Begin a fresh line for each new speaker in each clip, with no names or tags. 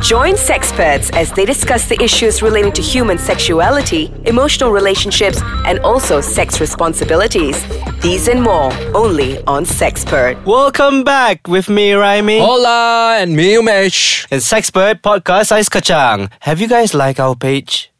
Join sexperts as they discuss the issues relating to human sexuality, emotional relationships, and also sex responsibilities. These and more only on Sexpert.
Welcome back with me, Raimi.
Oh. Hola and me Umesh.
It's Sexpert Podcast Ice Kacang. Have you guys like our page?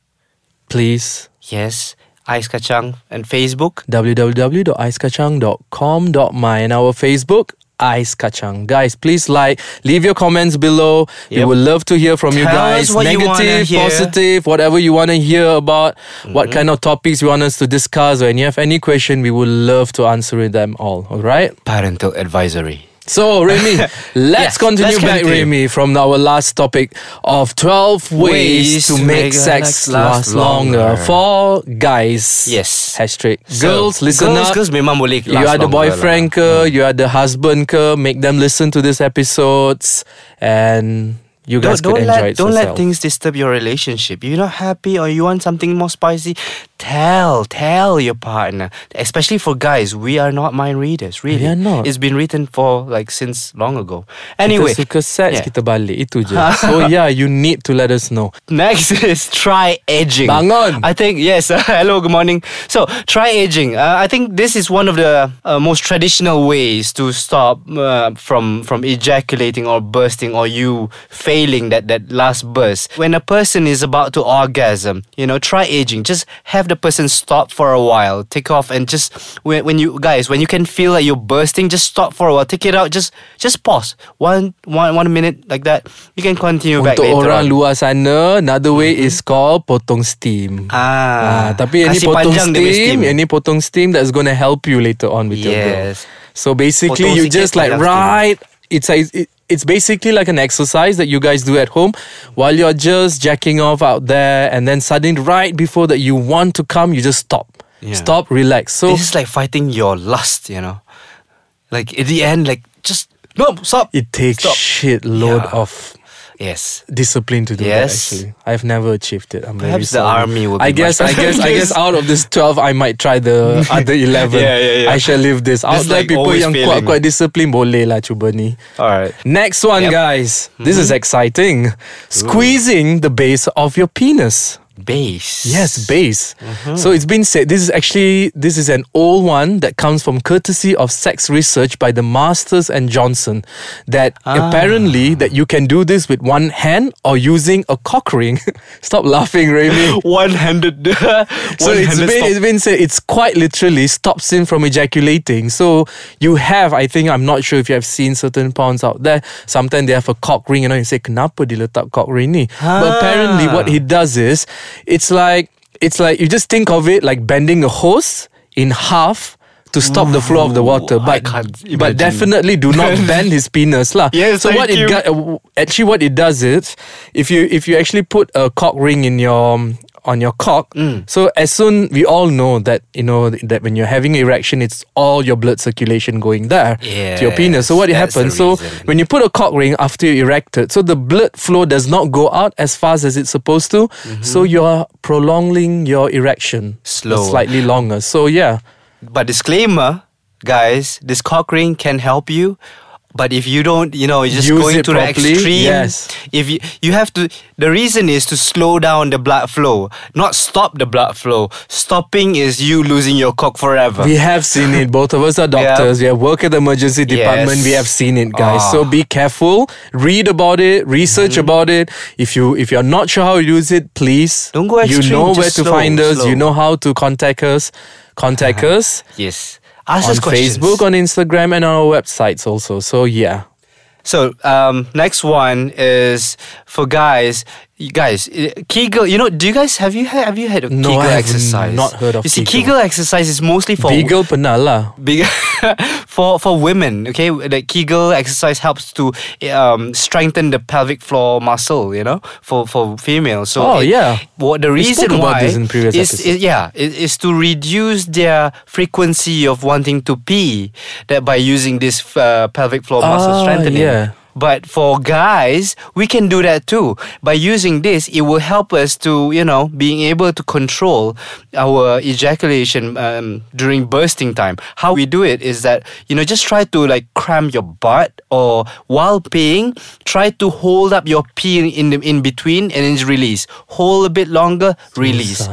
Please
Yes, Ice Kacang and Facebook.
www.icekacang.com.my and our Facebook Ice Kacang. Guys, please like, leave your comments below. We
Yep.
would love to hear from you
Tell
guys.
us what you wanna
Negative,
hear. Mm-hmm.
positive, whatever you want to hear about, what kind of topics you want us to discuss, or and you have any question, we would love to answer them all. All right.
Parental advisory.
So, Remy, let's
Yes,
continue
let's
back,
continue.
Remy, from our last topic of 12 ways, to make sex last, longer. for guys.
Yes.
Hashtag. girls,
So,
listen
girls,
up.
Girls memang boleh
you
last
are the
longer
boyfriend
lah.
ke, you are the husband ke, make them listen to these episodes and you guys
Don't,
could
don't
enjoy
let
it
don't let
yourself.
things disturb your relationship. You're not happy or you want something more spicy. Tell tell your partner. Especially for guys, we are not mind readers. Really,
We are not.
It's been written for like since long ago. Anyway,
Kita suka sex,
Yeah.
kita balik. Itu je. so yeah, you need to let us know.
Next is try edging.
Bangun.
I think yes. hello, good morning. So try edging. Uh, I think this is one of the uh, most traditional ways to stop uh, from from ejaculating or bursting or you failing that that last burst. When a person is about to orgasm, you know, try edging. Just have the person stop for a while, take off, and just when, when you guys when you can feel like you're bursting, just stop for a while, take it out, just just pause one one one minute like that. You can continue back
Untuk
later
orang
on. Mm-hmm.
luar sana, another way is called potong steam.
Ah,
Ah, tapi yang ni
kasih
potong
panjang dia punya
steam, yang ni potong steam that's going to help you later on with your girl.
Yes.
So basically
Potong
you
sikit,
just like
panjang steam.
right it's a, it, it's basically like an exercise that you guys do at home while you're just jacking off out there and then suddenly right before that you want to come you just stop.
Yeah.
Stop, relax. So
This is like fighting your lust, you know. Like in the end, like just no stop.
it takes
Stop.
shit load
Yeah.
of
yes.
discipline to do
Yes.
that actually. I've never achieved it. I'm very
Perhaps the
sorry.
army will
I
be
guess
much
I guess I
better.
guess out of this 12 I might try the other
Yeah,
11.
yeah, yeah.
I shall live this. Out
This is
there
like
people
always
yang
failing.
kuat-kuat discipline boleh lah cuba ni.
All right.
Next one
Yep. Mm-hmm.
guys. This is exciting. Squeezing the base of your penis.
Bass.
Yes, base. So it's been said this is actually this is an old one that comes from courtesy of sex research by the Masters and Johnson that apparently that you can do this with one hand or using a cock ring. Stop laughing, Remy.
One-handed.
So it's been, it's been said it's quite literally stops him from ejaculating. So you have, I think, I'm not sure if you have seen certain pawns out there. Sometimes they have a cock ring, and you say, "Kenapa diletak cock ring ni?"
Ah.
But apparently, what he does is, it's like it's like you just think of it like bending a hose in half. To stop the flow of the water,
Ooh, I
but
can't
but
imagine.
definitely do not bend his penis lah.
Yes,
so what
thank
it
you.
got, uh, actually what it does is if you if you actually put a cock ring in your um, on your cock
Mm.
so as soon we all know that you know th- that when you're having erection it's all your blood circulation going there to your penis so
Yes,
what it
that's the
happens so
reason.
when you put a cock ring after you erected so the blood flow does not go out as fast as it's supposed to
Mm-hmm.
so you're prolonging your erection
Slow.
slightly longer so yeah
But disclaimer, guys, this cock ring can help you. But if you don't, you know, you're just
Use
going
it
to
properly,
the extreme.
yes.
If you you have to, the reason is to slow down the blood flow, not stop the blood flow. Stopping is you losing your cock forever.
We have seen it. Both of us are doctors. We have worked at the emergency department. We have seen it, guys.
Ah.
So be careful. Read about it. Research
Mm-hmm.
about it. If you if you're not sure how to use it, please
Don't go
You
extreme,
know
just
where to
slow,
find us.
slow.
You know how to contact us. Contact us
Yes. Ask
on
us questions.
Facebook, on Instagram, and on our websites also. So yeah.
So um, next one is for guys. You guys, uh, Kegel. You know, do you guys have you had, have you heard of
No,
Kegel
I have
exercise?
not heard of
You see,
Kegel.
Kegel exercise is mostly for
Beagle penala.
big for for women okay the kegel exercise helps to um, strengthen the pelvic floor muscle you know for for females so
Oh,
it-
yeah.
what the
We
reason
spoke about
why
this in previous
is,
episode.
is- yeah is, is to reduce their frequency of wanting to pee that by using this uh, pelvic floor muscle
Ah,
strengthening
yeah.
But for guys, we can do that too. By using this, it will help us to, you know, being able to control our ejaculation um, during bursting time. How we do it is that, you know, just try to like cram your butt or while peeing, try to hold up your pee in, the, in between and then just release. Hold a bit longer, release.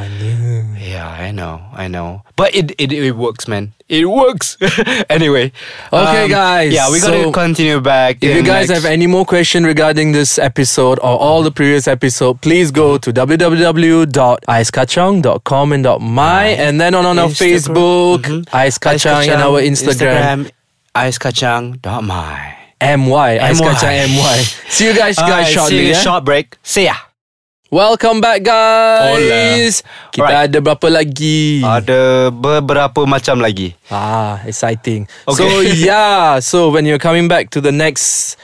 Yeah, I know, I know. But it it, it works, man. It works. anyway. Um,
Okay, guys,
Yeah, we gotta
so
continue back.
If you
in
guys
next-
have any more question regarding this episode or all the previous episode, please go to www.icekachang.com and .my and then on, on our
Uh, Instagram.
Facebook,
Mhm.
Ice Kacang and our Instagram,
icekacang.my.
MY, Ice
MY.
Kacang MY. See you guys, guys
Alright, see
shortly.
you,
yeah?
Short break. See ya.
Welcome back guys. Kita
Alright.
ada berapa lagi?
Ada beberapa macam lagi.
Ah, exciting.
Okay.
So yeah, so when you're coming back to the next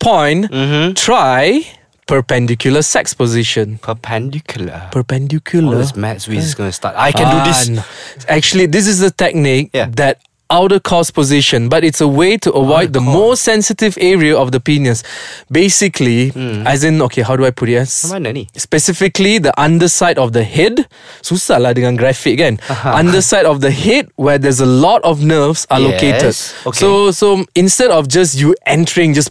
point,
Mm-hmm.
try perpendicular sex position.
Perpendicular. All
Perpendicular.
this maths whiz is gonna start. I can do
Ah,
this.
no. Actually, this is the technique
Yeah.
that outer cost position, but it's a way to avoid the more sensitive area of the penis. Basically,
Hmm.
as in okay, how do I put it? Yes?
Mana ni?
Specifically, the underside of the head. Susah lah dengan grafik kan. Underside of the head where there's a lot of nerves are
Yes,
located.
okay.
So, so instead of just you entering, just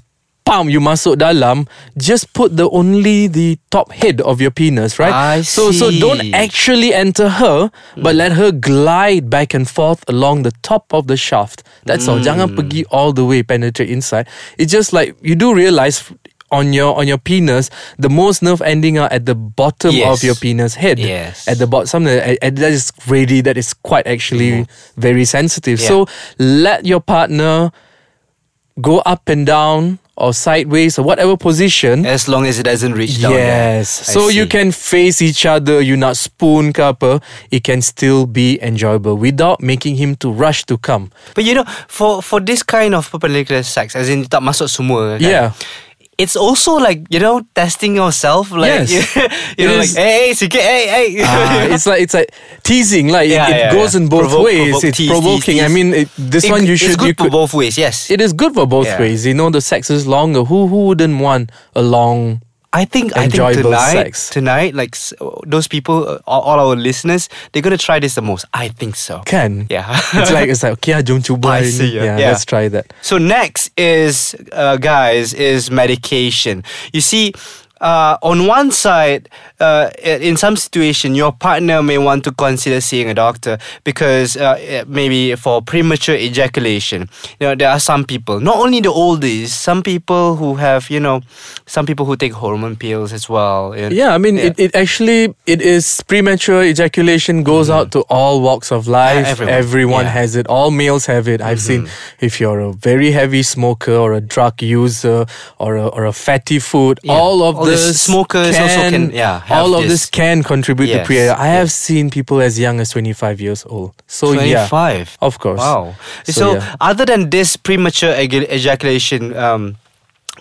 pam you masuk dalam, just put the only the top head of your penis, right?
I
so, so don't
see.
actually enter her, but let her glide back and forth along the top of the shaft. That's
Hmm.
all. Jangan pergi all the way penetrate inside. It's just like you do realize. On your on your penis, the most nerve ending are at the bottom
Yes.
of your penis head.
Yes.
At the bottom, at, at, that is really that is quite actually very
Mm.
sensitive.
Yeah.
So let your partner go up and down or sideways or whatever position.
As long as it doesn't reach down there.
Yes.
I
So you
see.
can face each other, you not spoon ke apa, it can still be enjoyable without making him to rush to come.
But you know, for for this kind of perpendicular sex, as in tak masuk semua. Kan?
Yeah.
It's also like you know testing yourself, like
Yes.
you,
It
know, like
is.
hey, hey, sikit, hey, hey.
Ah, it's like it's like teasing, like it-
Yeah,
it,
yeah,
goes
yeah.
in both
Provoke,
ways.
provoke,
it's
tease,
provoking.
tease,
I mean, it, this
It-
one you
It's
should
good
you
for
could,
both ways. Yes,
It is good for both
Yeah.
ways. You know, the sex is longer. Who who wouldn't want a long?
I think I think
Enjoyable
tonight,
sex.
tonight, like s- those people, uh, all, all our listeners, they're gonna try this the most. I think so.
Can
Yeah.
it's like it's like okay, ah, jom
I
cuba. hari
see,
ni.
yeah.
Yeah,
Yeah.
let's try that.
So next is uh, guys is medication. You see. Uh, on one side, uh, i- in some situation, your partner may want to consider seeing a doctor because uh, eh, maybe for premature ejaculation. You know, there are some people, not only the oldies, some people who have, you know, some people who take hormone pills as well. and-
Yeah, I mean, It, it actually it is premature ejaculation goes out to all walks of life.
Yeah, Mm-hmm. everyone. Yeah. Mm-hmm.
has it. All males have it. I've seen if you're a very heavy smoker or a drug user or a, or a fatty food,
Yeah.
all of
All this
this,
smokers also can, yeah, have
all of
this.
this. can contribute
Yes,
to pre. I have seen people as young as 25 years old. So Oh, yeah,
25
of course.
wow so,
yeah.
other than this premature eg- ejaculation um,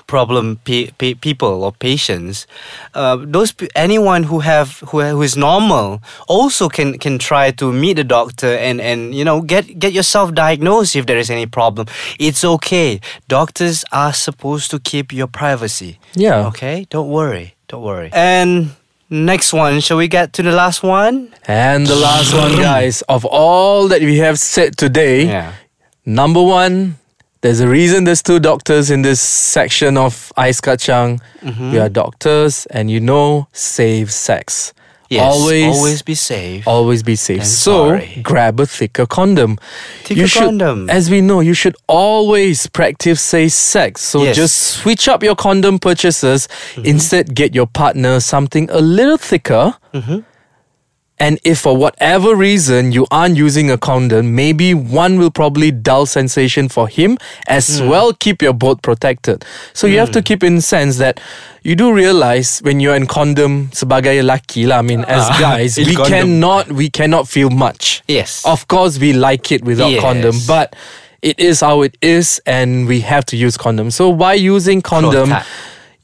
problem pe- pe- people or patients uh, those pe- anyone who have who, who is normal also can can try to meet a doctor and and you know get get yourself diagnosed if there is any problem it's okay doctors are supposed to keep your privacy
Yeah.
okay don't worry don't worry and next one shall we get to the last one
And the last one, guys, of all that we have said today, Number one, there's a reason there's two doctors in this section of Ice Kacang.
Mm-hmm.
We are doctors, and you know, save sex.
Yes,
always,
always be safe.
always be safe.
And
so
sorry.
grab a thicker condom.
Thicker
you should,
condom.
As we know, you should always practice safe sex. So
Yes. Mm-hmm.
just switch up your condom purchases. Instead, get your partner something a little thicker.
Mm-hmm.
And if for whatever reason you aren't using a condom, maybe one will probably dull sensation for him as
Mm.
well. Keep your boat protected. So you have to keep in sense that you do realize when you're in condom sebagai laki lah. I mean, as guys,
Ah, in
we
condom.
cannot we cannot feel much.
Yes.
of course we like it without
Yes.
condom, but it is how it is, and we have to use condom. So by using condom,
Protect.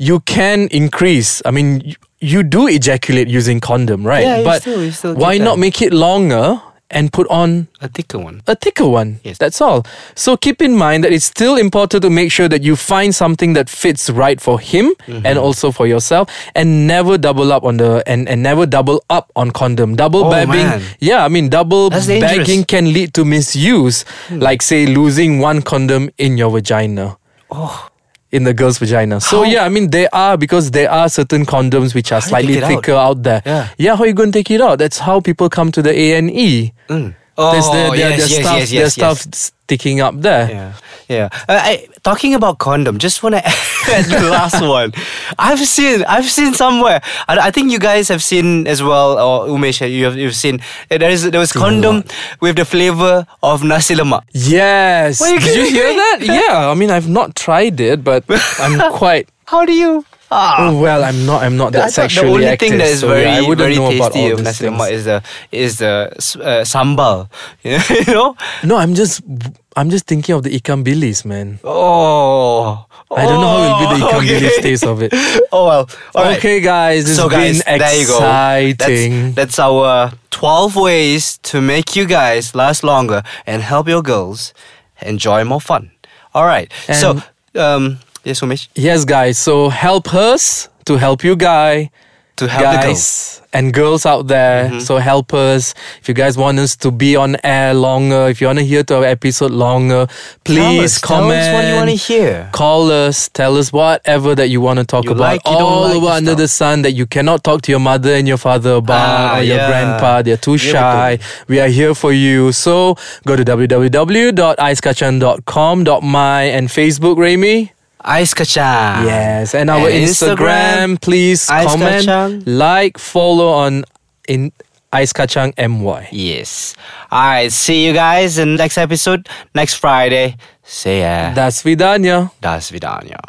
you can increase. I mean. y- You do ejaculate using condom, right?
Yeah, you
but
still- you still
why
did
not
that.
make it longer and put on
A thicker one.
a thicker one.
Yes.
That's all. So keep in mind that it's still important to make sure that you find something that fits right for him
Mm-hmm.
and also for yourself and never double up on the and, and never double up on condom.
Oh,
Double bagging.
man.
Yeah, I mean double
That's dangerous. Hmm.
bagging can lead to misuse. Like say losing one condom in your vagina.
Oh.
In the girl's vagina.
How-
So yeah, I mean there are because there are certain condoms which are
How do you
slightly
take it out?
thicker out, there.
Yeah.
yeah, how you gonna take it out? That's how people come to the A and E.
Oh,
There's the, their,
yes, yes,
their stuff,
yes,
their
yes, yes.
stuff sticking up there.
Yeah, yeah. Uh, I, talking about condom, just want to add the last one. I've seen, I've seen somewhere. I, I think you guys have seen as well, or Umesh, you have, you've seen. uh, There is there was condom with the flavor of nasi lemak.
Yes.
Were you
Did you
kidding
hear
me?
that? Yeah. I mean, I've not tried it, but I'm quite.
How do you? Ah.
Oh, well, I'm not. I'm not
I
that
thought
sexually
the only
active.
thing that is
so
very,
yeah, I wouldn't
very
know about
tasty of
all these
nasi
things.
lemak is the is the s- uh, sambal. you know?
No, I'm just. I'm just thinking of the ikan bilis, man.
Oh,
I don't know how will be
Oh,
the ikan
okay.
bilis taste of it.
Oh well. All right.
okay, guys, it's
so guys,
been
there you go. That's-
exciting.
That's, our 12 ways to make you guys last longer and help your girls enjoy more fun. All right. so, um, yes, Umesh,
Yes, guys. So help us to help you, guy.
to help the girls. Mm-hmm.
guys and girls out there. So help us. If you guys want us to be on air longer, if you want to hear to our episode longer, please
tell us,
comment.
Tell us what you want to hear.
Call us, tell us whatever that you want to talk
You like,
about.
you don't
all
like
over
the
under
stuff.
the sun that you cannot talk to your mother and your father about
Ah,
or your
yeah.
grandpa. They're too
Here we
shy. We are here for you. So go to www.icekacang.com.my and Facebook, Remy.
Ice kacang.
Yes, and our
And
Instagram, please
Ice
comment,
Kacang.
like, follow on in Ice Kacang MY.
Yes. All right. See you guys in next episode next Friday. See ya.
That's Vidanya.
Das Vidanya.